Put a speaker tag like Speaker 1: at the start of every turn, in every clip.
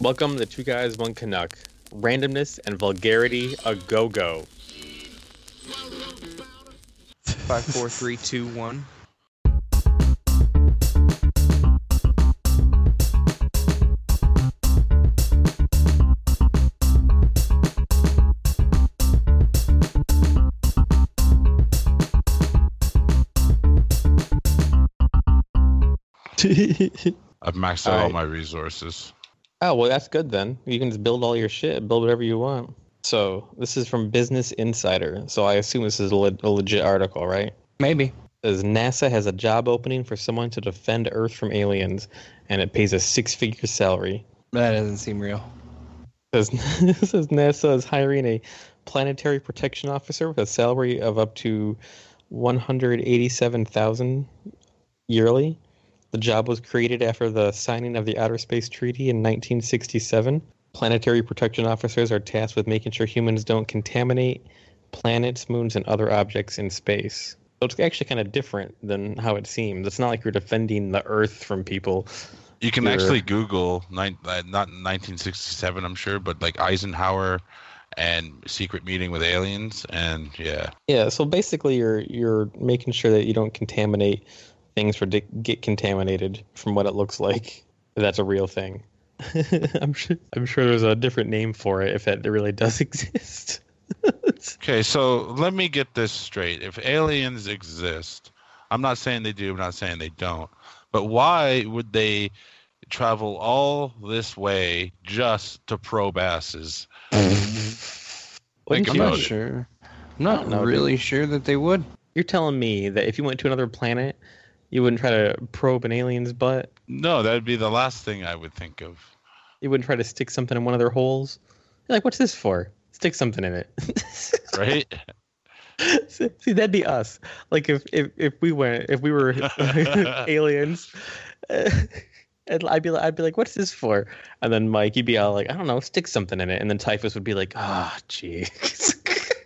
Speaker 1: Welcome to Two Guys One Canuck. Randomness and vulgarity a go go.
Speaker 2: Five, four, three, two, one.
Speaker 3: I've maxed out all
Speaker 1: Alright.
Speaker 3: my resources.
Speaker 1: Oh well, that's good then. You can just build all your shit, build whatever you want. So this is from Business Insider. So I assume this is a, le- a legit article, right?
Speaker 2: Maybe.
Speaker 1: says NASA has a job opening for someone to defend Earth from aliens, and it pays a six-figure salary.
Speaker 2: That doesn't seem real.
Speaker 1: Says, says NASA is hiring a planetary protection officer with a salary of up to one hundred eighty-seven thousand yearly. The job was created after the signing of the Outer Space Treaty in 1967. Planetary protection officers are tasked with making sure humans don't contaminate planets, moons, and other objects in space. So it's actually kind of different than how it seems. It's not like you're defending the Earth from people.
Speaker 3: You can
Speaker 1: Sure.
Speaker 3: actually Google nine, uh, not 1967, I'm sure, but like Eisenhower and secret meeting with aliens, and yeah,
Speaker 1: Yeah, so basically, you're you're making sure that you don't contaminate things or di- get contaminated from what it looks like. If that's a real thing. I'm sure. I'm sure there's a different name for it if that really does exist.
Speaker 3: Okay, so let me get this straight. If aliens exist, I'm not saying they do, I'm not saying they don't, but why would they travel all this way just to probe asses?
Speaker 1: Wouldn't
Speaker 2: I'm
Speaker 3: about
Speaker 2: not
Speaker 3: it.
Speaker 2: sure. I'm not
Speaker 1: No, dude.
Speaker 2: really sure that they would.
Speaker 1: You're telling me that if you went to another planet, you wouldn't try to probe an alien's butt.
Speaker 3: No, that would be the last thing I would think of.
Speaker 1: You wouldn't try to stick something in one of their holes. You're like, what's this for? Stick something in it.
Speaker 3: Right?
Speaker 1: See, that'd be us. Like if if, if we went, if we were aliens, uh, and I'd be like, I'd be like, what's this for? And then Mike, you'd be all like, I don't know, stick something in it. And then Typhus would be like, ah, jeez.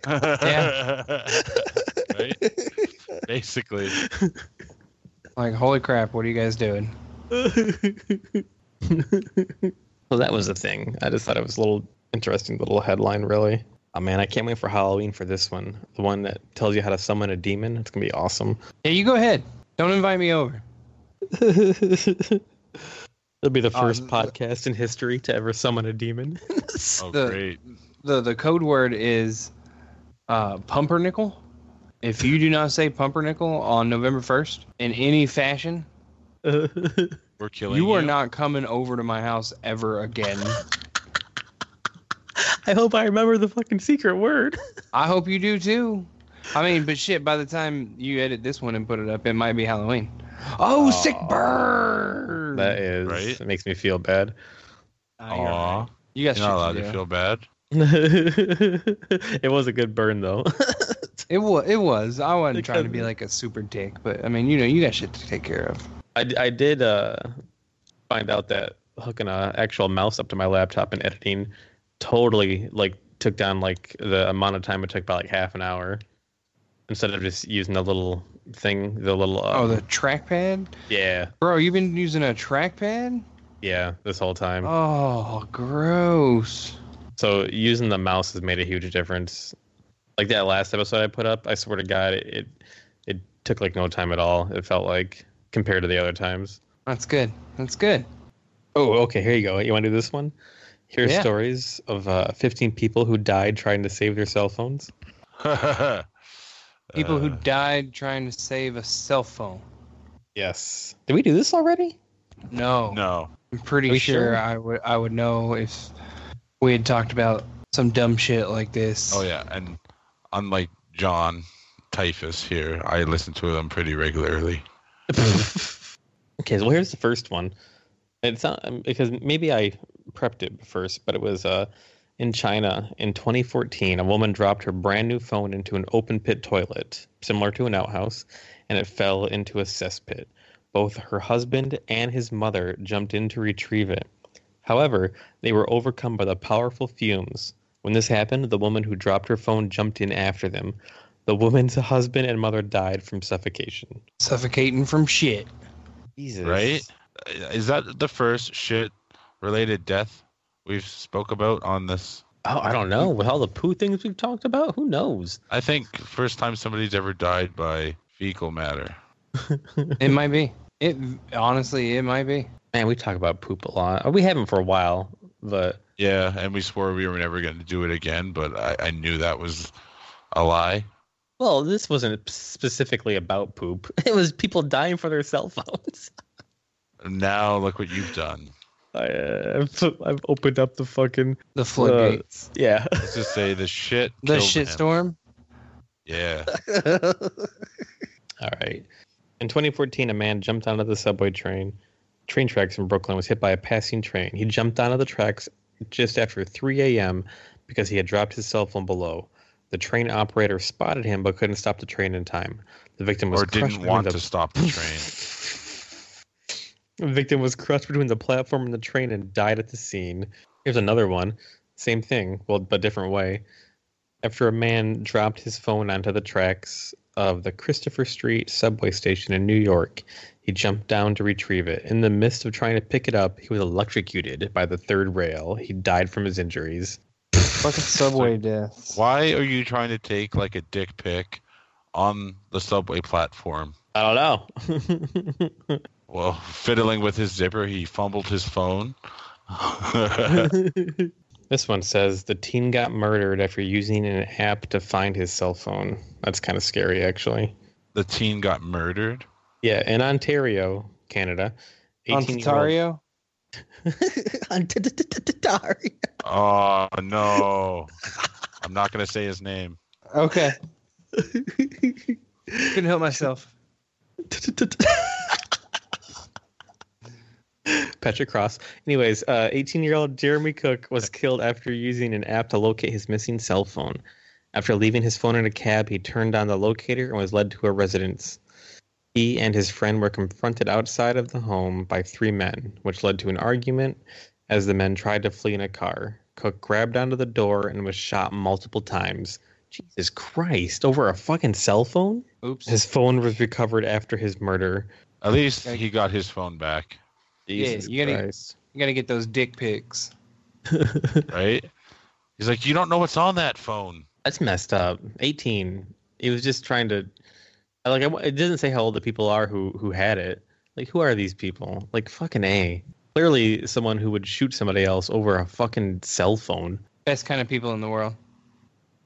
Speaker 3: right? Basically.
Speaker 2: Like, holy crap, what are you guys doing?
Speaker 1: well, that was the thing. I just thought it was a little interesting little headline, really. Oh man, I can't wait for Halloween for this one. The one that tells you how to summon a demon. It's gonna be awesome.
Speaker 2: Yeah, you go ahead. Don't invite me over.
Speaker 1: It'll be the
Speaker 2: Uh,
Speaker 1: first
Speaker 2: th-
Speaker 1: podcast in history to ever summon a demon.
Speaker 3: Oh,
Speaker 2: The-
Speaker 3: great.
Speaker 2: the The code word is uh, pumpernickel. If you do not say pumpernickel on November 1st in any fashion,
Speaker 3: We're killing
Speaker 2: you are not coming over to my house ever again.
Speaker 1: I hope I remember the fucking secret word.
Speaker 2: I hope you do too. I mean, but shit, by the time you edit this one and put it up, it might be Halloween. Oh, sick
Speaker 1: Aw.
Speaker 2: bird!
Speaker 1: That is.
Speaker 3: Right?
Speaker 1: It makes me feel bad.
Speaker 2: Oh, you're
Speaker 3: Aw,
Speaker 2: right. You got
Speaker 3: you're not allowed
Speaker 2: shit to
Speaker 3: to
Speaker 2: do.
Speaker 3: feel bad.
Speaker 1: it was a good burn though.
Speaker 2: It was. It was. I wasn't
Speaker 1: It
Speaker 2: trying to
Speaker 1: could
Speaker 2: be
Speaker 1: be.
Speaker 2: like a super dick, but I mean, you know, you got shit to take care of.
Speaker 1: I, I did uh, find out that hooking a actual mouse up to my laptop and editing totally like took down like the amount of time it took by like half an hour instead of just using the little thing the little um,
Speaker 2: oh, the trackpad,
Speaker 1: yeah
Speaker 2: bro. You've been using a trackpad?
Speaker 1: yeah this whole time
Speaker 2: Oh, gross.
Speaker 1: So using the mouse has made a huge difference. Like that last episode I put up, I swear to God, it it, it took like no time at all. It felt like compared to the other times.
Speaker 2: That's good. That's good.
Speaker 1: Oh, okay. Here you go. You want to do this one? Here's
Speaker 2: Yeah.
Speaker 1: stories of uh, 15 people who died trying to save their cell phones.
Speaker 2: People who
Speaker 3: Uh,
Speaker 2: died trying to save a cell phone.
Speaker 1: Yes. Did we do this already?
Speaker 2: No.
Speaker 3: no.
Speaker 2: I'm pretty
Speaker 1: Are
Speaker 2: sure,
Speaker 1: you sure?
Speaker 2: I would I would know if we had talked about some dumb shit like this.
Speaker 3: Oh yeah, and unlike John Typhus here, I listen to them pretty regularly.
Speaker 1: Okay, so here's the first one. It's not um, because maybe I prepped it first, but it was uh, in China in 2014. A woman dropped her brand new phone into an open pit toilet, similar to an outhouse, and it fell into a cesspit. Both her husband and his mother jumped in to retrieve it. However, they were overcome by the powerful fumes. When this happened, the woman who dropped her phone jumped in after them. The woman's husband and mother died from suffocation.
Speaker 2: Suffocating from shit.
Speaker 1: Jesus.
Speaker 3: Right? Is that the first shit related death we've spoke about on this?
Speaker 1: Oh, I don't know. With all the poo things we've talked about, who knows?
Speaker 3: I think first time somebody's ever died by fecal matter.
Speaker 2: It might be. It honestly, it might be.
Speaker 1: Man, we talk about poop a lot. Uh, We haven't for a while, but
Speaker 3: Yeah, and we swore we were never going to do it again, but I, I knew that was a lie.
Speaker 1: well, this wasn't specifically about poop. It was people dying for their cell phones.
Speaker 3: Now look what you've done.
Speaker 1: I, uh, I've- I've opened up the fucking
Speaker 2: The floodgates,
Speaker 1: yeah.
Speaker 3: Let's just say the shit.
Speaker 2: the
Speaker 3: killed him.
Speaker 2: shitstorm.
Speaker 3: Yeah.
Speaker 1: All right. In 2014, a man jumped onto the subway train, train tracks in Brooklyn, was hit by a passing train. He jumped onto the tracks just after 3 a.m. because he had dropped his cell phone below. The train operator spotted him but couldn't stop the train in time. The victim was
Speaker 3: Or
Speaker 1: crushed
Speaker 3: didn't
Speaker 1: between
Speaker 3: want
Speaker 1: the-
Speaker 3: to stop the train.
Speaker 1: the victim was crushed between the platform and the train and died at the scene. Here's another one. Same thing, well, but different way. After a man dropped his phone onto the tracks of the Christopher Street subway station in New York, he jumped down to retrieve it. In the midst of trying to pick it up, he was electrocuted by the third rail. He died from his injuries.
Speaker 2: Fucking subway deaths.
Speaker 3: Why are you trying to take like a dick pic on the subway platform?
Speaker 1: I don't know.
Speaker 3: Well, fiddling with his zipper, he fumbled his phone.
Speaker 1: this one says the teen got murdered after using an app to find his cell phone. That's kind of scary, actually.
Speaker 3: the teen got murdered.
Speaker 1: Yeah, in Ontario, Canada,
Speaker 2: Ontario.
Speaker 1: Ontario.
Speaker 3: Oh no. I'm not gonna say his name.
Speaker 2: Okay, couldn't help myself.
Speaker 1: Petra Cross. Anyways, 18 year old Jeremy Cook was killed after using an app to locate his missing cell phone. After leaving his phone in a cab, he turned on the locator and was led to a residence. He and his friend were confronted outside of the home by three men, which led to an argument as the men tried to flee in a car. Cook grabbed onto the door and was shot multiple times. Jesus Christ, over a fucking cell phone?
Speaker 2: Oops.
Speaker 1: His phone was recovered after his murder.
Speaker 3: At least he got his phone back,
Speaker 2: Yeah,
Speaker 1: Jesus
Speaker 2: you gotta-
Speaker 1: Christ.
Speaker 2: you gotta get those dick pics.
Speaker 3: right? He's like, You don't know what's on that phone.
Speaker 1: That's messed up. 18. He was just trying to like I w it doesn't say how old the people are who who had it. Like who are these people? Like fucking A. Clearly someone who would shoot somebody else over a fucking cell phone.
Speaker 2: Best kind of people in the world.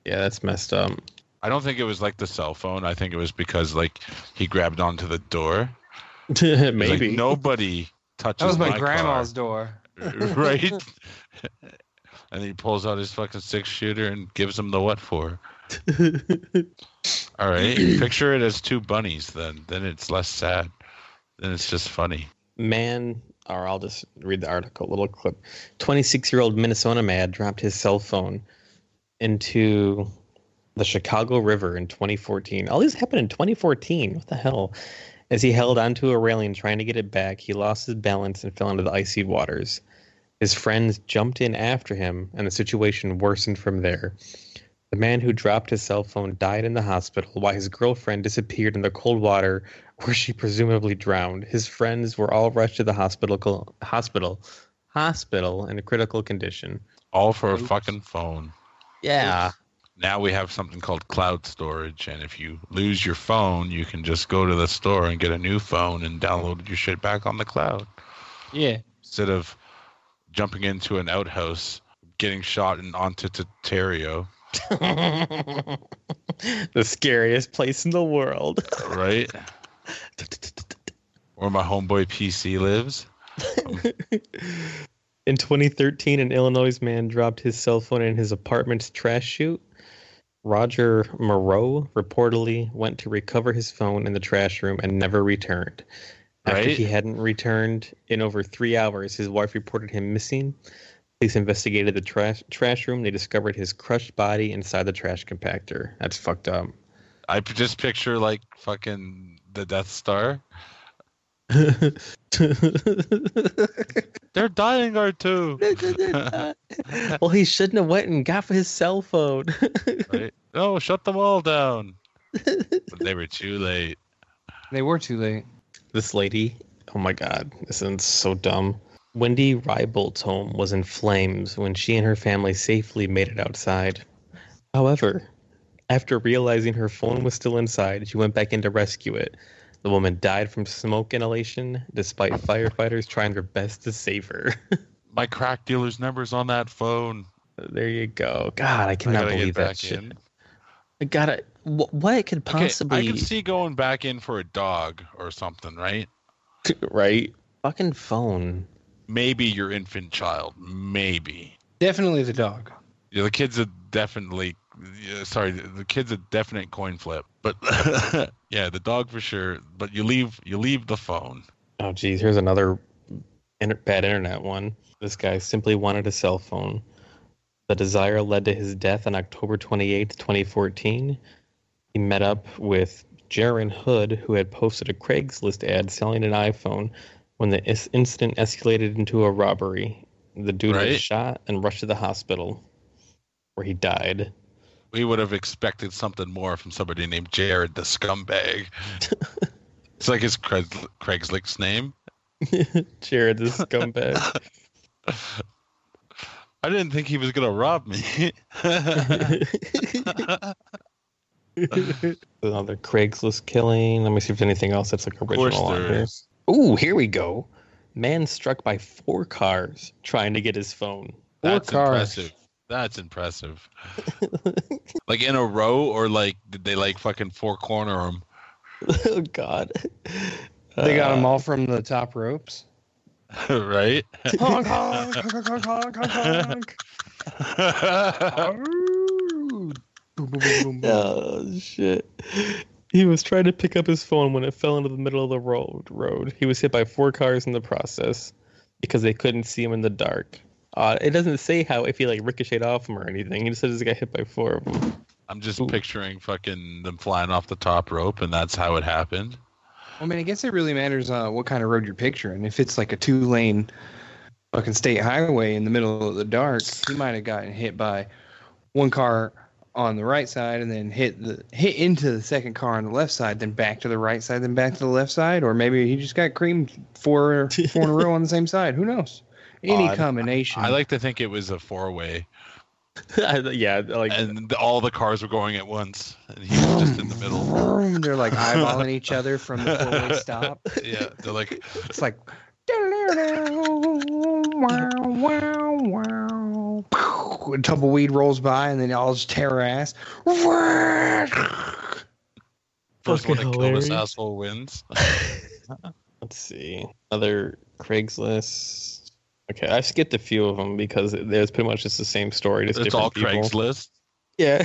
Speaker 1: Yeah, that's messed up.
Speaker 3: I don't think it was like the cell phone. I think it was because like he grabbed onto the door. He's like,
Speaker 1: Maybe.
Speaker 3: nobody touches
Speaker 2: That was my,
Speaker 3: car."
Speaker 2: grandma's door.
Speaker 3: right? and he pulls out his fucking six shooter and gives him the what for. All right, picture it as two bunnies. Then, then it's less sad. Then it's just funny.
Speaker 1: man, or I'll just read the article, little clip. 26 year old Minnesota man dropped his cell phone into the Chicago River in 2014. All this happened in 2014. What the hell? As he held onto a railing trying to get it back, he lost his balance and fell into the icy waters. His friends jumped in after him, and the situation worsened from there. The man who dropped his cell phone died in the hospital while his girlfriend disappeared in the cold water where she presumably drowned. His friends were all rushed to the hospital hospital hospital in a critical condition.
Speaker 3: All for a
Speaker 2: Oops.
Speaker 3: fucking phone.
Speaker 1: Yeah.
Speaker 3: Now we have something called cloud storage, and if you lose your phone, you can just go to the store and get a new phone and download your shit back on the cloud
Speaker 2: Yeah.
Speaker 3: instead of jumping into an outhouse, getting shot and onto Ontario,
Speaker 1: the scariest place in the world.
Speaker 3: right? Where my homeboy PC lives.
Speaker 1: In 2013, an Illinois man dropped his cell phone in his apartment's trash chute. Roger Moreau reportedly went to recover his phone in the trash room and never returned. After
Speaker 3: Right.
Speaker 1: he hadn't returned in over three hours, his wife reported him missing. Police investigated the trash trash room. They discovered his crushed body inside the trash compactor. That's fucked up.
Speaker 3: I p- just picture like fucking the Death Star. They're dying R two.
Speaker 1: well, he shouldn't have went and got for his cell phone.
Speaker 3: Right? No, shut the wall down. But they were too late.
Speaker 2: They were too late.
Speaker 1: this lady. Oh my god, this is so dumb. Wendy Rybolt's home was in flames when she and her family safely made it outside. However, after realizing her phone was still inside, she went back in to rescue it. The woman died from smoke inhalation despite firefighters trying their best to save her.
Speaker 3: My crack dealer's number's on that phone.
Speaker 1: there you go. God, I cannot
Speaker 3: gotta get
Speaker 1: believe
Speaker 3: back
Speaker 1: that shit.
Speaker 3: in.
Speaker 1: I gotta. wh- What could
Speaker 3: Okay,
Speaker 1: possibly.
Speaker 3: I can see going back in for a dog or something, right?
Speaker 1: right? Fucking phone.
Speaker 3: Maybe your infant child. Maybe.
Speaker 2: Definitely the dog.
Speaker 3: Yeah, the kid's a definitely. yeah, Sorry, the the kid's a definite coin flip. But yeah, the dog for sure. But you leave you leave the phone.
Speaker 1: Oh, geez, here's another inter- bad internet one. This guy simply wanted a cell phone. The desire led to his death on October 28th, 2014. He met up with Jaron Hood, who had posted a Craigslist ad selling an iPhone when the is- incident escalated into a robbery. The dude
Speaker 3: Right.
Speaker 1: was shot and rushed to the hospital, where he died.
Speaker 3: We would have expected something more from somebody named Jared the scumbag. it's like his Craig, Craigslist name.
Speaker 1: Jared, the scumbag.
Speaker 3: I didn't think he was gonna rob me.
Speaker 1: Another Craigslist killing. Let me see if there's anything else that's like
Speaker 3: of course,
Speaker 1: original on
Speaker 3: there
Speaker 1: here.
Speaker 3: is.
Speaker 1: Ooh, here we go. Man struck by four cars trying to get his phone.
Speaker 2: Four
Speaker 3: That's
Speaker 2: cars.
Speaker 3: impressive. That's impressive. like in a row, or like did they like fucking four corner them?
Speaker 1: oh God.
Speaker 2: They
Speaker 1: Uh,
Speaker 2: got them all from the top ropes.
Speaker 3: right?
Speaker 2: Honk, honk, honk, honk, honk, honk, honk. Boom, boom, boom, boom, boom.
Speaker 1: Oh shit. He was trying to pick up his phone when it fell into the middle of the road. Road. He was hit by four cars in the process because they couldn't see him in the dark. Uh, it doesn't say how if he like ricocheted off him or anything. He just says he got hit by four of them.
Speaker 3: I'm just picturing fucking them flying off the top rope, and that's how it happened.
Speaker 2: I mean, I guess it really matters uh, what kind of road you're picturing. If it's like a two lane fucking state highway in the middle of the dark, he might have gotten hit by one car on the right side and then hit the hit into the second car on the left side, then back to the right side, then back to the left side, or maybe he just got creamed four four in a row on the same side. Who knows? Any
Speaker 3: Oh, I-
Speaker 2: combination.
Speaker 3: I like to think it was a four way,
Speaker 1: yeah, like
Speaker 3: and the- all the cars were going at once, and he was just in the middle.
Speaker 2: Vroom, They're like eyeballing each other from the four way stop.
Speaker 3: Yeah, they're like,
Speaker 2: It's like. wow, wow, wow. A tumbleweed rolls by and then y'all just tear her ass.
Speaker 3: first one to
Speaker 1: Fucking
Speaker 3: kill this
Speaker 1: hilarious.
Speaker 3: asshole wins.
Speaker 1: Let's see. Other Craigslist. Okay, I skipped a few of them because there's pretty much just the same story. Just
Speaker 3: It's
Speaker 1: different
Speaker 3: all
Speaker 1: people.
Speaker 3: Craigslist.
Speaker 1: Yeah.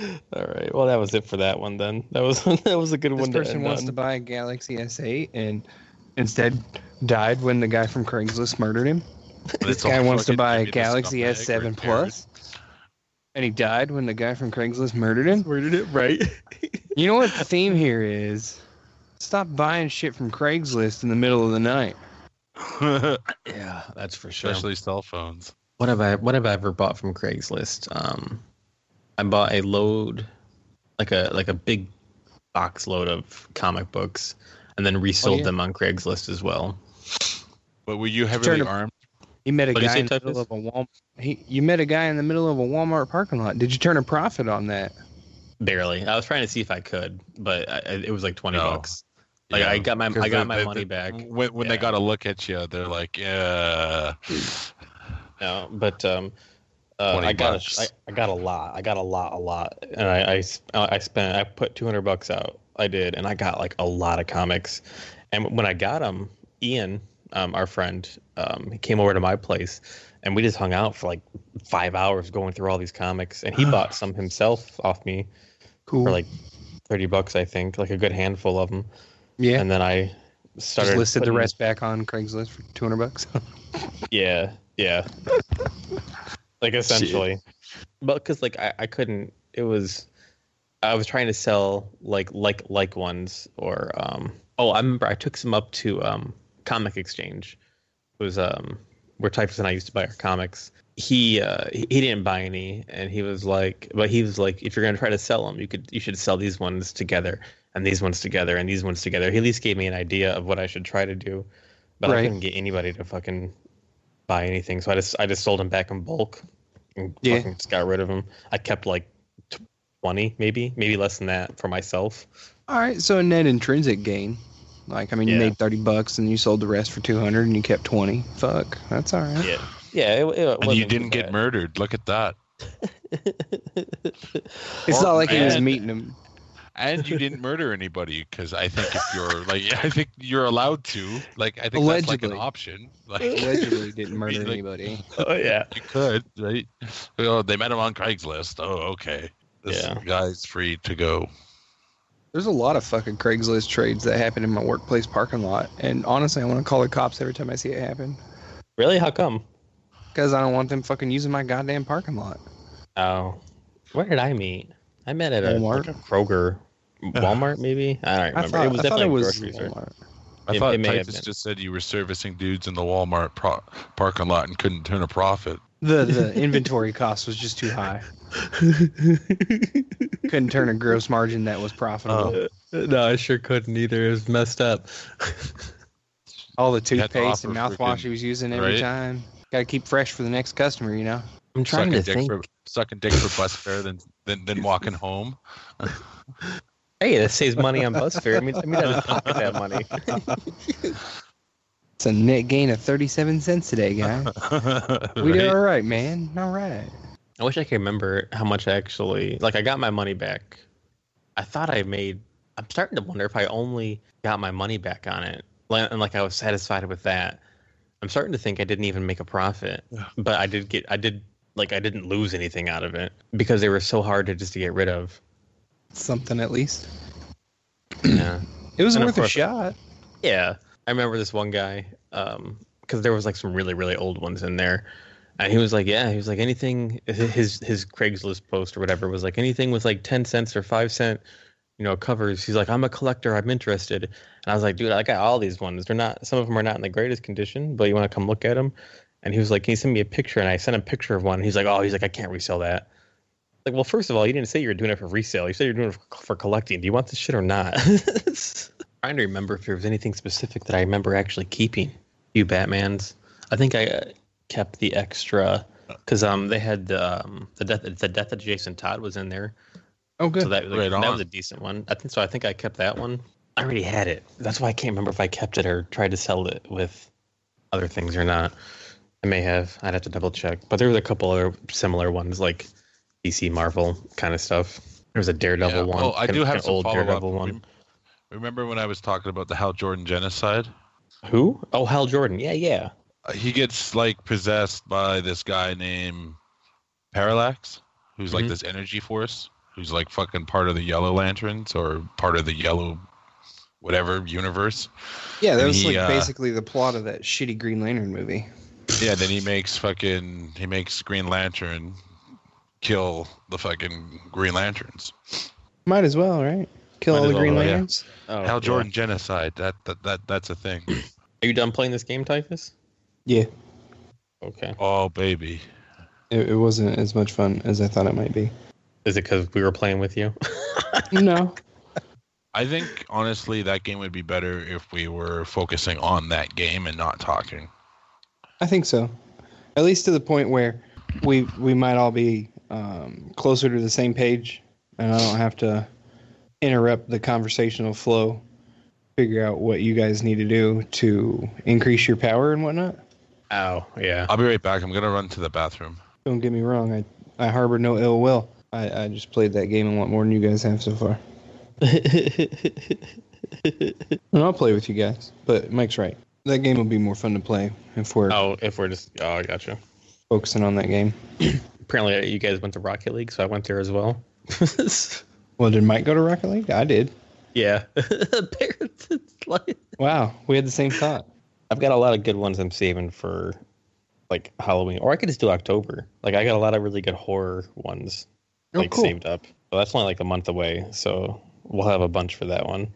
Speaker 1: all right. Well, that was it for that one then. That was that was a good
Speaker 2: This
Speaker 1: one.
Speaker 2: person
Speaker 1: to end
Speaker 2: wants to
Speaker 1: on.
Speaker 2: buy a Galaxy S8 and instead died when the guy from Craigslist murdered him. This guy wants to buy a Galaxy S7 Plus and he died when the guy from Craigslist murdered him.
Speaker 1: Where did it right?
Speaker 2: You know what the theme here is? Stop buying shit from Craigslist in the middle of the night.
Speaker 1: yeah, that's for sure.
Speaker 3: especially cell phones.
Speaker 1: What have I what have I ever bought from Craigslist? Um, I bought a load, like a like a big box load of comic books, and then resold
Speaker 2: yeah.
Speaker 1: them on Craigslist as well.
Speaker 3: But were you heavily
Speaker 2: Turnip.
Speaker 3: armed?
Speaker 2: He met a
Speaker 1: What'd you
Speaker 2: guy
Speaker 1: say,
Speaker 2: in the
Speaker 1: Tuckus?
Speaker 2: middle of a Walmart. He, you met a guy in the middle of a Walmart parking lot. Did you turn a profit on that?
Speaker 1: Barely. I was trying to see if I could, but I, I- it was like twenty
Speaker 3: No.
Speaker 1: bucks. Like
Speaker 3: Yeah.
Speaker 1: I got my I
Speaker 3: Because
Speaker 1: got
Speaker 3: they-
Speaker 1: my
Speaker 3: they- Mm-hmm.
Speaker 1: money
Speaker 3: they-
Speaker 1: back.
Speaker 3: When, when they
Speaker 1: Yeah.
Speaker 3: got a look at you, they're like, "Yeah,
Speaker 1: No, but um, uh,
Speaker 3: 20
Speaker 1: I got a
Speaker 3: bucks.
Speaker 1: sh- I, I got a lot. I got a lot, a lot, and I I, sp- I spent I put two hundred bucks out. I did, and I got like a lot of comics. And when I got them, Ian, um, our friend, um, he came over to my place, and we just hung out for like five hours going through all these comics. And he bought some himself off me
Speaker 2: Cool.
Speaker 1: for like thirty bucks, I think, like a good handful of them.
Speaker 2: yeah.
Speaker 1: And then I
Speaker 2: just
Speaker 1: started
Speaker 2: listed the
Speaker 1: putting-
Speaker 2: rest back on Craigslist for 200 bucks.
Speaker 1: Yeah, yeah. like essentially, but because like I, I couldn't. It was I was trying to sell like like like ones or um. Oh, I remember I took some up to um Comic Exchange. It was um where Typhus and I used to buy our comics. He uh he he didn't buy any, and he was like, but he was like, if you're gonna try to sell them, you could you should sell these ones together and these ones together and these ones together. He at least gave me an idea of what I should try to do but I
Speaker 2: Right.
Speaker 1: couldn't get anybody to fucking buy anything. So I just I just sold them back in bulk and
Speaker 2: Yeah.
Speaker 1: fucking just got rid of them. I kept like twenty, maybe maybe less than that for myself.
Speaker 2: All right, so a net intrinsic gain. Like, I mean, you
Speaker 1: Yeah.
Speaker 2: made 30 bucks and you sold the rest for 200 and you kept 20. Fuck, that's all right.
Speaker 1: Yeah, yeah. It, it
Speaker 3: And you
Speaker 1: wasn't too
Speaker 3: didn't get
Speaker 1: bad.
Speaker 3: murdered. Look at that.
Speaker 2: It's
Speaker 3: Or
Speaker 2: not like he was
Speaker 3: bad.
Speaker 2: meeting him.
Speaker 3: And you didn't murder anybody because I think if you're like, I think you're allowed to. Like, I think that's like an
Speaker 2: Allegedly.
Speaker 3: option. Like,
Speaker 2: Allegedly didn't murder
Speaker 3: like-
Speaker 2: anybody.
Speaker 1: Oh yeah.
Speaker 3: you could, right? Oh, they met him on Craigslist. Oh, okay. This
Speaker 1: Yeah.
Speaker 3: guy's free to go.
Speaker 2: There's a lot of fucking Craigslist trades that happen in my workplace parking lot. And honestly, I want to call the cops every time I see it happen
Speaker 1: Really? How come?
Speaker 2: because I don't want them fucking using my goddamn parking lot.
Speaker 1: Oh, where did I meet? I met at a, like
Speaker 2: Walmart?
Speaker 1: a Kroger, Walmart maybe. I don't remember.
Speaker 2: I thought
Speaker 1: it was
Speaker 2: I, thought
Speaker 1: definitely
Speaker 2: it
Speaker 1: a
Speaker 2: was
Speaker 1: grocery store.
Speaker 2: Walmart.
Speaker 3: I
Speaker 1: It-
Speaker 3: thought
Speaker 1: it may have
Speaker 3: Titus
Speaker 1: been.
Speaker 3: just said you were servicing dudes in the Walmart pro- parking lot and couldn't turn a profit.
Speaker 2: The, the inventory cost was just too high. Couldn't turn a gross margin that was
Speaker 1: Uh,
Speaker 2: profitable.
Speaker 1: Oh. no, I sure couldn't either. It was messed up.
Speaker 2: All the
Speaker 3: You had to
Speaker 2: toothpaste and
Speaker 3: offer
Speaker 2: mouthwash
Speaker 3: freaking-
Speaker 2: he was using every
Speaker 3: right?
Speaker 2: time. Got to keep fresh for the next customer, you know.
Speaker 1: I'm trying to
Speaker 3: sucking dick
Speaker 1: think.
Speaker 3: for sucking dick for bus fare than than, than walking home.
Speaker 1: Hey, that saves money on bus fare. I mean, I mean, I didn't pocket that money.
Speaker 2: It's a net gain of 37 cents today, guy. We did
Speaker 3: Right?
Speaker 2: all right, man. All right.
Speaker 1: I wish I could remember how much I actually like. I got my money back. I thought I made. I'm starting to wonder if I only got my money back on it, like, and like I was satisfied with that. I'm starting to think I didn't even make a profit,
Speaker 3: Yeah.
Speaker 1: but I did get. I did like I didn't lose anything out of it because they were so hard to just to get rid of.
Speaker 2: Something at least.
Speaker 1: yeah.
Speaker 2: It was
Speaker 1: And of
Speaker 2: worth a
Speaker 1: course-
Speaker 2: shot.
Speaker 1: Yeah, I remember this one guy because there was like some really really old ones in there, and he was like, yeah, he was like anything his his Craigslist post or whatever was like anything with like ten cents or five cent, you know, covers. He's like, I'm a collector, I'm interested, and I was like, dude, I got all these ones. They're not some of them are not in the greatest condition, but you want to come look at them? And he was like, can you send me a picture? And I sent him a picture of one. he's like, oh, he's like, I can't resell that. Like, well, first of all, you didn't say you were doing it for resale. You said you're doing it for, for collecting. Do you want this shit or not? trying to remember if there was anything specific that I remember actually keeping. You Batman's. I think I uh, kept the extra because um they had the um, the death the death of Jason Todd was in there,
Speaker 2: Oh, good.
Speaker 1: so that like,
Speaker 3: Right
Speaker 1: that
Speaker 3: on.
Speaker 1: was a decent one. I think so. I think I kept that one. I already had it. That's why I can't remember if I kept it or tried to sell it with other things or not. I may have. I'd have to double check. But there was a couple other similar ones like DC Marvel kind of stuff. There was a Daredevil
Speaker 3: Yeah.
Speaker 1: one.
Speaker 3: Oh, I
Speaker 1: an-
Speaker 3: do
Speaker 1: an
Speaker 3: have some
Speaker 1: old
Speaker 3: follow up.
Speaker 1: Daredevil one.
Speaker 3: Remember when I was talking about the Hal Jordan genocide?
Speaker 1: Who? Oh, Hal Jordan. Yeah, yeah.
Speaker 3: Uh, He gets like possessed by this guy named Parallax, who's like
Speaker 1: Mhm.
Speaker 3: this energy force, who's like fucking part of the Yellow Lanterns or part of the Yellow, whatever universe.
Speaker 2: yeah, that was
Speaker 3: he,
Speaker 2: like
Speaker 3: uh,
Speaker 2: basically the plot of that shitty Green Lantern movie.
Speaker 3: Yeah, then he makes fucking he makes Green Lantern kill the fucking Green Lanterns.
Speaker 2: Might as well, right? Kill
Speaker 1: Might
Speaker 2: all
Speaker 1: as
Speaker 2: the
Speaker 1: well,
Speaker 2: Green
Speaker 1: yeah.
Speaker 2: Lanterns.
Speaker 1: Oh,
Speaker 3: Hal
Speaker 1: yeah.
Speaker 3: Jordan genocide. That, that that that's a thing.
Speaker 1: Are you done playing this game, Typhus?
Speaker 2: Yeah,
Speaker 1: Okay.
Speaker 3: oh baby.
Speaker 2: it, it wasn't as much fun as I thought it might be.
Speaker 1: Is it because we were playing with you?
Speaker 2: No.
Speaker 3: I think honestly that game would be better if we were focusing on that game and not talking.
Speaker 2: I think so. At least to the point where we we might all be um, closer to the same page, and I don't have to interrupt the conversational flow. Figure out what you guys need to do to increase your power and whatnot.
Speaker 1: oh, yeah.
Speaker 3: I'll be right back. I'm gonna run to the bathroom.
Speaker 2: Don't get me wrong. I I harbor no ill will. I, I just played that game a lot more than you guys have so far. And I'll play with you guys, but Mike's right. That game will be more fun to play if we're
Speaker 1: oh, if we're just. Oh, I gotcha.
Speaker 2: focusing on that game.
Speaker 1: Apparently, uh, you guys went to Rocket League, so I went there as well.
Speaker 2: Well, did Mike go to Rocket League? I did.
Speaker 1: yeah. Apparently, it's like-
Speaker 2: Wow, we had the same thought.
Speaker 1: I've got a lot of good ones I'm saving for like Halloween, or I could just do October. Like, I got a lot of really good horror ones
Speaker 2: Oh,
Speaker 1: like
Speaker 2: cool.
Speaker 1: saved up. But that's only like a month away, so we'll have a bunch for that one.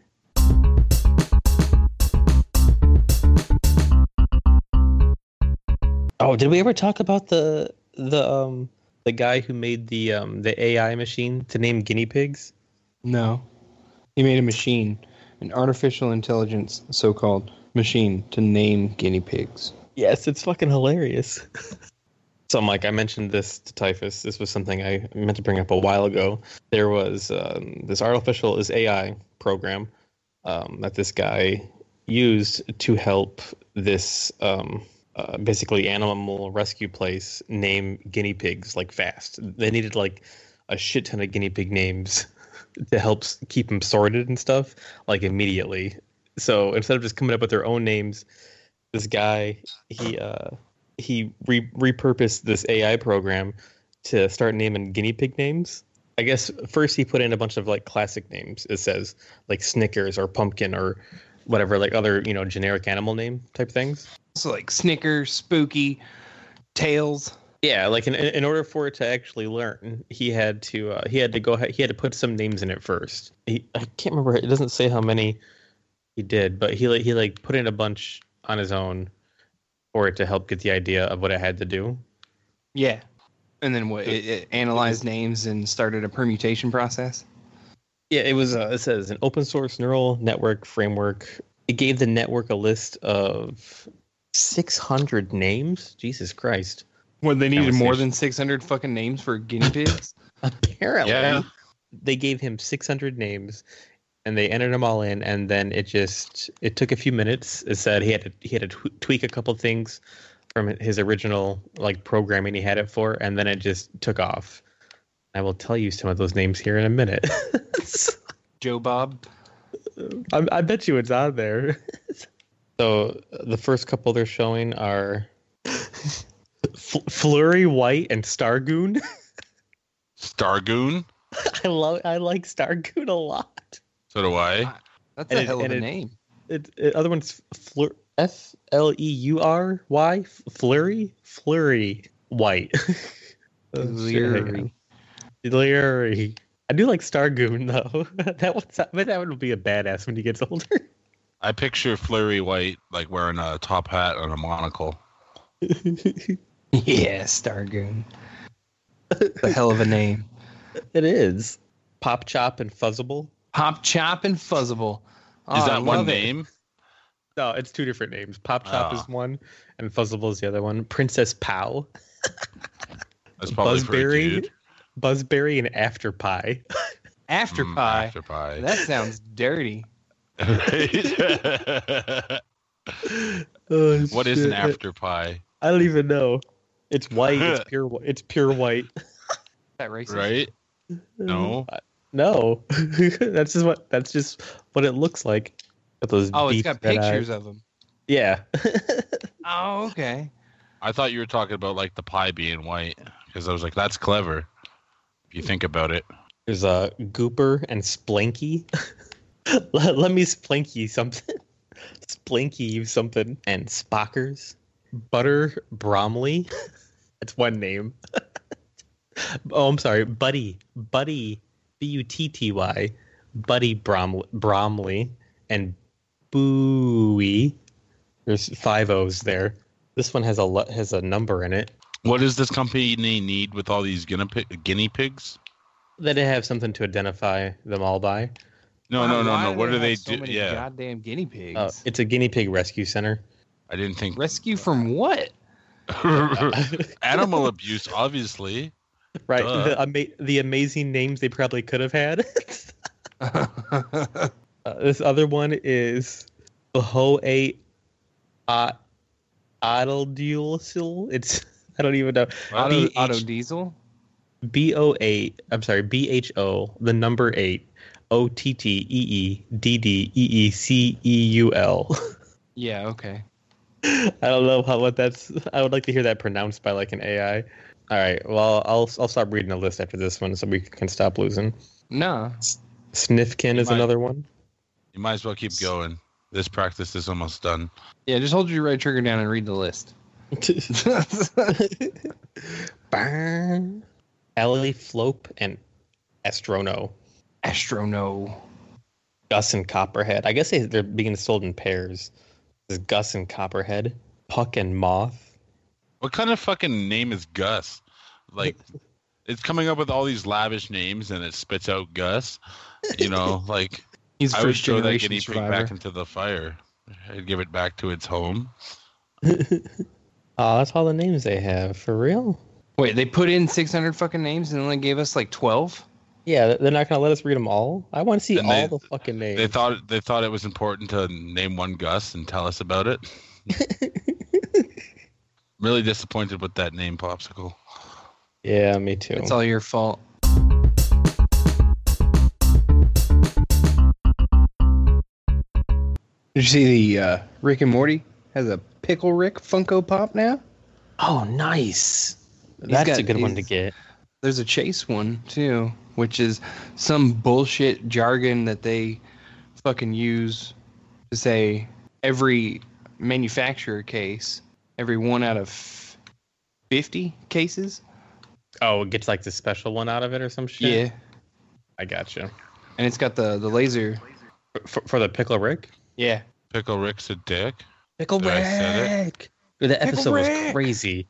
Speaker 1: Oh, did we ever talk about the the um the guy who made the um the AI machine to name guinea pigs?
Speaker 2: No. He made a machine, an artificial intelligence, so called machine to name guinea pigs.
Speaker 1: Yes, it's fucking hilarious. so, Mike, I mentioned this to Typhus. This was something I meant to bring up a while ago. There was um, this artificial is AI program um, that this guy used to help this um, uh, basically animal rescue place name guinea pigs like fast. They needed like a shit ton of guinea pig names to help s- keep them sorted and stuff like immediately. So instead of just coming up with their own names, this guy he uh, he re- repurposed this AI program to start naming guinea pig names. I guess first he put in a bunch of like classic names. It says like Snickers or pumpkin or whatever, like other you know generic animal name type things.
Speaker 2: So like Snicker, Spooky, Tails.
Speaker 1: Yeah, like in in order for it to actually learn, he had to uh, he had to go ahead, he had to put some names in it first. He, I can't remember. It doesn't say how many he did, but he like he like put in a bunch on his own for it to help get the idea of what it had to do.
Speaker 2: Yeah. And then what? It, it analyzed names and started a permutation process.
Speaker 1: Yeah, it was. Uh, it says an open source neural network framework. It gave the network a list of 600 names. Jesus Christ!
Speaker 2: When they needed more
Speaker 1: Conversation.
Speaker 2: than 600 fucking names for guinea pigs.
Speaker 1: Apparently,
Speaker 3: Yeah.
Speaker 1: they gave him 600 names, and they entered them all in. And then it just it took a few minutes. It said he had to he had to tw- tweak a couple things from his original like programming he had it for, and then it just took off. I will tell you some of those names here in a minute.
Speaker 2: Joe Bob.
Speaker 1: I, I bet you it's on there. so uh, the first couple they're showing are F- Flurry White and Stargoon.
Speaker 3: Stargoon.
Speaker 1: I love. I like Stargoon a lot.
Speaker 3: So do I.
Speaker 2: That's
Speaker 1: And
Speaker 2: a
Speaker 1: it-
Speaker 2: hell of
Speaker 1: and
Speaker 2: a
Speaker 1: it-
Speaker 2: name.
Speaker 1: It, it- other one's Fleur, F L E U R Y F- Flurry Flurry White. Oh, shit, hang on. Leary. I do like Stargoon though. that one's, I bet that one will be a badass when he gets older.
Speaker 3: I picture Flurry White like wearing a top hat and a monocle.
Speaker 2: Yeah, Stargoon. a hell of a name.
Speaker 1: It is. Pop Chop and Fuzzable.
Speaker 2: Hop Chop and Fuzzable. Oh,
Speaker 3: Is
Speaker 2: I
Speaker 3: that one
Speaker 2: love it.
Speaker 3: name?
Speaker 1: No, it's two different names. Pop Chop
Speaker 3: Ah.
Speaker 1: is one, and Fuzzable is the other one. Princess Pow,
Speaker 3: That's probably for a
Speaker 1: Buzzberry?
Speaker 3: dude.
Speaker 1: Buzzberry, and After Pie.
Speaker 2: After
Speaker 3: Mm,
Speaker 2: Pie.
Speaker 3: After pie.
Speaker 2: That sounds dirty.
Speaker 3: what is an after pie?
Speaker 1: Oh, I don't even know. It's white. It's pure. whi- It's pure white.
Speaker 2: Is that racist?
Speaker 3: Right? No.
Speaker 1: Uh, No, that's just what. That's just what it looks like. Got those
Speaker 2: Oh, it's
Speaker 1: deep
Speaker 2: got
Speaker 1: red eyes.
Speaker 2: pictures of them.
Speaker 1: Yeah.
Speaker 2: Oh, okay.
Speaker 3: I thought you were talking about like the pie being white because I was like, that's clever. If you think about it,
Speaker 1: There's a uh, Gooper and Splanky. let, let me Splanky something. Splanky you something. And Spockers. Butter Bromley. That's one name. oh, I'm sorry. Buddy. Buddy. B U T T Y. Buddy Brom- Bromley. And Bowie. There's five O's there. This one has a lo- has a number in it.
Speaker 3: what does this company need with all these guinea, pig- guinea pigs?
Speaker 1: That it have something to identify them all by.
Speaker 3: No,
Speaker 2: Wow,
Speaker 3: no, no,
Speaker 2: why
Speaker 3: no. What do
Speaker 2: have
Speaker 3: they
Speaker 2: so
Speaker 3: do?
Speaker 2: many
Speaker 3: Yeah,
Speaker 2: Goddamn guinea pigs.
Speaker 1: Uh, it's a guinea pig rescue center.
Speaker 3: I didn't think
Speaker 2: Rescue from what?
Speaker 3: animal abuse. Obviously,
Speaker 1: Right.
Speaker 3: Duh.
Speaker 1: The, ama- the amazing names they probably could have had.
Speaker 2: That's
Speaker 1: uh, this other one is Bahoe Adaldulcil. It's, I don't even know.
Speaker 2: Auto,
Speaker 1: B
Speaker 2: Auto
Speaker 1: H-
Speaker 2: Diesel?
Speaker 1: B O A, I'm sorry, B H O, the number eight, O T T E E D D E E C E U L.
Speaker 2: Yeah, okay.
Speaker 1: I don't know how what that's. I would like to hear that pronounced by like an AI. All right. Well, I'll I'll stop reading the list after this one, so we can stop losing.
Speaker 2: No.
Speaker 1: Sniffkin is
Speaker 3: Might-
Speaker 1: another one.
Speaker 3: you might as well keep going. This practice is almost done.
Speaker 2: Yeah, just hold your right trigger down and read the list.
Speaker 1: Burn. Ellie Flope and Astrono.
Speaker 2: Astrono.
Speaker 1: Gus and Copperhead. I guess they, they're being sold in pairs. This is Gus and Copperhead. Puck and Moth.
Speaker 3: What kind of fucking name is Gus? Like, it's coming up with all these lavish names and it spits out Gus. You know, like
Speaker 2: He's
Speaker 3: I would
Speaker 2: first
Speaker 3: throw that
Speaker 2: generation
Speaker 3: guinea pig
Speaker 2: survivor.
Speaker 3: back into the fire. and give it back to its home.
Speaker 1: Oh, that's all the names they have for real.
Speaker 2: Wait, they put in 600 fucking names and only gave us like 12?
Speaker 1: Yeah, they're not gonna let us read them all. I want to see
Speaker 3: And
Speaker 1: all
Speaker 3: they-
Speaker 1: the fucking names.
Speaker 3: They thought they thought it was important to name one Gus and tell us about it. really disappointed with that name popsicle.
Speaker 1: yeah, me too.
Speaker 2: It's all your fault. Did you see the uh, Rick and Morty has a Pickle Rick Funko Pop now?
Speaker 1: oh, nice.
Speaker 2: He's
Speaker 1: That's
Speaker 2: got-
Speaker 1: a good one to
Speaker 2: he's-
Speaker 1: get.
Speaker 2: There's a Chase one too, which is some bullshit jargon that they fucking use to say every manufacturer case, every one out of 50 cases.
Speaker 1: Oh, get like the special one out of it or some shit.
Speaker 2: Yeah.
Speaker 1: I got you.
Speaker 2: And it's got the, the laser.
Speaker 1: For, for the pickle Rick.
Speaker 2: Yeah.
Speaker 3: Pickle Rick's a dick.
Speaker 1: Pickle
Speaker 3: Did I say
Speaker 1: Rick. Dude, that
Speaker 2: Pickle
Speaker 1: episode was
Speaker 2: Rick!
Speaker 1: crazy.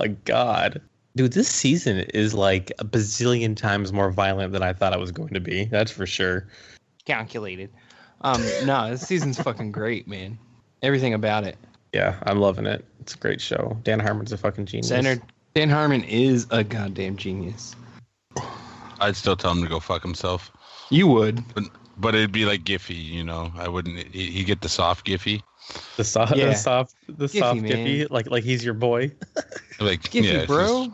Speaker 1: My God, dude, this season is like a bazillion times more violent than I thought it was going to be. That's for sure.
Speaker 2: calculated. Um, no, this season's fucking great, man. Everything about it.
Speaker 1: Yeah, I'm loving it. It's a great show. Dan Harmon's a fucking genius.
Speaker 2: Senator Dan Harmon is a goddamn genius.
Speaker 3: I'd still tell him to go fuck himself,
Speaker 2: You would.
Speaker 3: but it'd be like Giphy, you know. I wouldn't. He he get the soft Giphy,
Speaker 1: The soft,
Speaker 2: Yeah.
Speaker 1: the soft, the
Speaker 2: Giphy,
Speaker 1: soft
Speaker 2: man.
Speaker 1: Gippy, like like he's your boy.
Speaker 3: like
Speaker 2: Give
Speaker 3: yeah,
Speaker 2: me,
Speaker 3: just
Speaker 2: bro.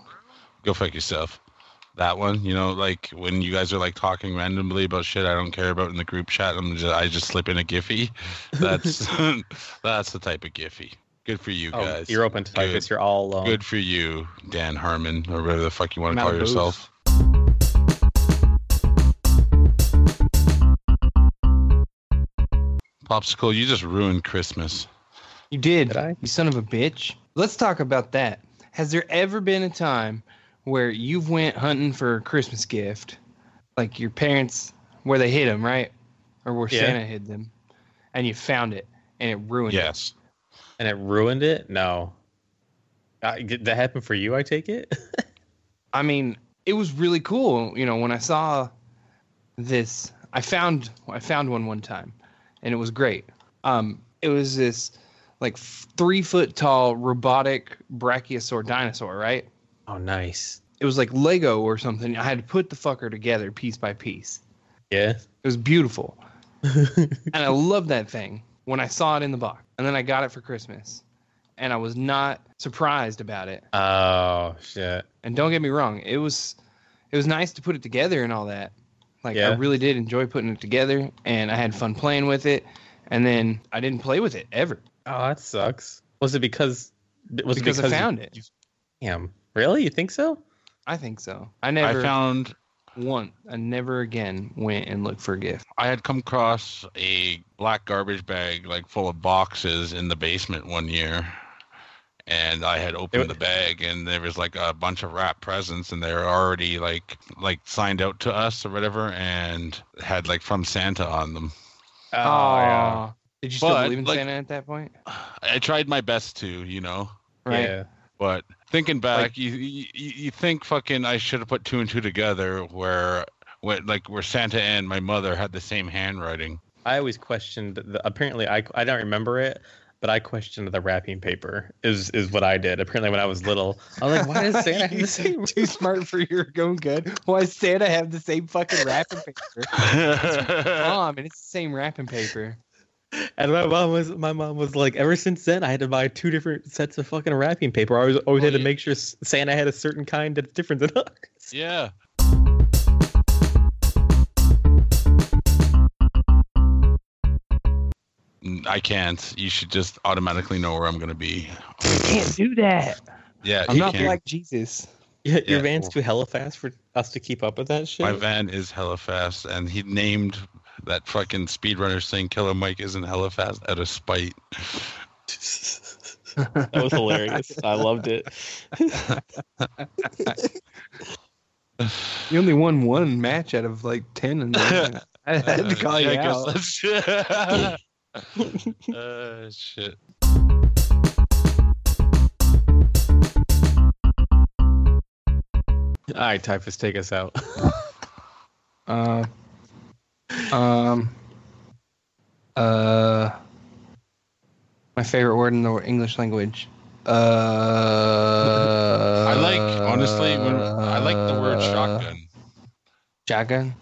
Speaker 3: go fuck yourself. That one, you know, like when you guys are like talking randomly about shit I don't care about in the group chat, I'm just I just slip in a Giphy. That's that's the type of Giphy. Good for you
Speaker 1: Oh,
Speaker 3: guys.
Speaker 1: you're open to targets.
Speaker 3: Good.
Speaker 1: You're all alone.
Speaker 3: Good for you, Dan Harmon, or whatever the fuck you want to call
Speaker 2: Malibu.
Speaker 3: yourself. Popsicle, you just ruined Christmas.
Speaker 2: You did.
Speaker 1: Did I?
Speaker 2: You son of a bitch. Let's talk about that. Has there ever been a time where you've went hunting for a Christmas gift, like your parents, where they hid them, right, or where
Speaker 1: Yeah.
Speaker 2: Santa hid them, and you found it and it ruined it?
Speaker 3: Yes.
Speaker 1: and it ruined it. No, I, did that happened for you. I take it.
Speaker 2: I mean, it was really cool. You know, when I saw this, I found I found one one time, and it was great. Um, it was this like f- three foot tall robotic brachiosaur dinosaur, right?
Speaker 1: oh, nice.
Speaker 2: It was like Lego or something. I had to put the fucker together piece by piece.
Speaker 1: Yeah.
Speaker 2: It was beautiful, and I loved that thing when I saw it in the box. And then I got it for Christmas, and I was not surprised about it.
Speaker 1: Oh shit.
Speaker 2: And don't get me wrong, it was it was nice to put it together and all that. Like I
Speaker 1: Yeah.
Speaker 2: really did enjoy putting it together and I had fun playing with it. And then I didn't play with it ever
Speaker 1: Oh, that sucks. Was it because? Was
Speaker 2: because,
Speaker 1: it
Speaker 2: I found it.
Speaker 1: Damn. Really? You think so?
Speaker 2: I think so. I never
Speaker 3: I found
Speaker 2: one I never again went and looked for a gift.
Speaker 3: I had come across a black garbage bag like full of boxes in the basement one year. And I had opened
Speaker 1: It-
Speaker 3: the bag and there was like a bunch of wrap presents and they were already like like signed out to us or whatever and had like from Santa on them.
Speaker 1: Oh
Speaker 2: Aw. Did you still
Speaker 3: But,
Speaker 2: believe in
Speaker 3: like-
Speaker 2: Santa at that point?
Speaker 3: I tried my best to, you know.
Speaker 2: Right.
Speaker 1: Yeah.
Speaker 3: But thinking back, you, you you think fucking I should have put two and two together where what like where Santa and my mother had the same handwriting.
Speaker 1: I always questioned. The, apparently, I I don't remember it, but I questioned the wrapping paper. Is is what I did. Apparently, when I was little, I was like, why does Santa have the same?
Speaker 2: Too smart for your own good. Why does Santa have the same fucking wrapping paper? Mom, and it's the same wrapping paper.
Speaker 1: And my mom was my mom was like, ever since then, I had to buy two different sets of fucking wrapping paper. I always always
Speaker 2: Well,
Speaker 1: had to
Speaker 2: yeah.
Speaker 1: make sure S- Santa had a certain kind that's different than ours.
Speaker 3: yeah. Mm, I can't. You should just automatically know where I'm gonna be.
Speaker 2: Can't do that.
Speaker 3: Yeah,
Speaker 2: I'm
Speaker 3: you
Speaker 2: not
Speaker 3: can.
Speaker 2: like Jesus.
Speaker 1: Yeah, your
Speaker 3: Yeah.
Speaker 1: van's too hella fast for us to keep up with that shit.
Speaker 3: My van is hella fast, and he named that fucking speedrunner saying Killer Mike isn't hella fast out of spite.
Speaker 1: that was hilarious. I loved it.
Speaker 2: You only won one match out of like ten, and I had to call
Speaker 3: Uh, Yeah,
Speaker 2: you
Speaker 3: I guess
Speaker 2: out.
Speaker 3: that's- Uh, shit.
Speaker 1: All right, Typhus, take us out.
Speaker 2: Uh, um, Uh, my favorite word in the English language. Uh,
Speaker 3: I like honestly when I like the word shotgun.
Speaker 2: Shotgun.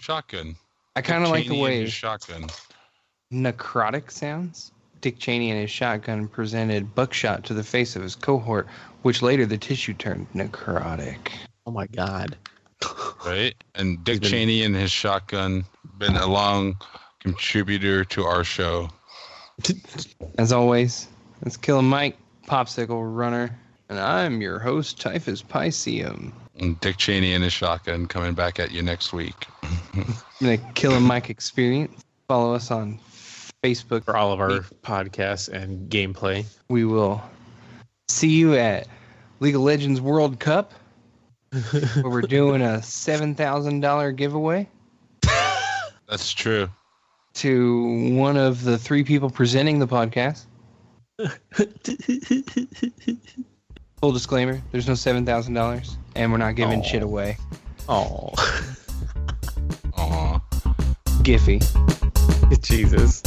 Speaker 3: Shotgun.
Speaker 2: I kind of like the
Speaker 3: Cheney and
Speaker 2: way
Speaker 3: his shotgun.
Speaker 2: necrotic sounds. Dick Cheney and his shotgun presented buckshot to the face of his cohort, which later the tissue turned necrotic.
Speaker 1: Oh my god.
Speaker 3: Right? And
Speaker 1: He's
Speaker 3: Dick
Speaker 1: been-
Speaker 3: Cheney and his shotgun been a long contributor to our show.
Speaker 2: As always, it's Killer Mike, Popsicle Runner, and I'm your host, Typhus Piscium.
Speaker 3: And Dick Cheney and his shotgun coming back at you next week.
Speaker 2: I'm the Killer Mike Experience. Follow us on Facebook.
Speaker 1: For all of our podcasts and gameplay.
Speaker 2: We will see you at League of Legends World Cup, where we're doing a $7,000 giveaway.
Speaker 3: That's true.
Speaker 2: to one of the three people presenting the podcast. Full disclaimer: there's no seven thousand dollars, and we're not giving
Speaker 1: Aw.
Speaker 2: shit away.
Speaker 1: Oh,
Speaker 3: Aw. Uh-huh.
Speaker 2: Giphy.
Speaker 1: Jesus.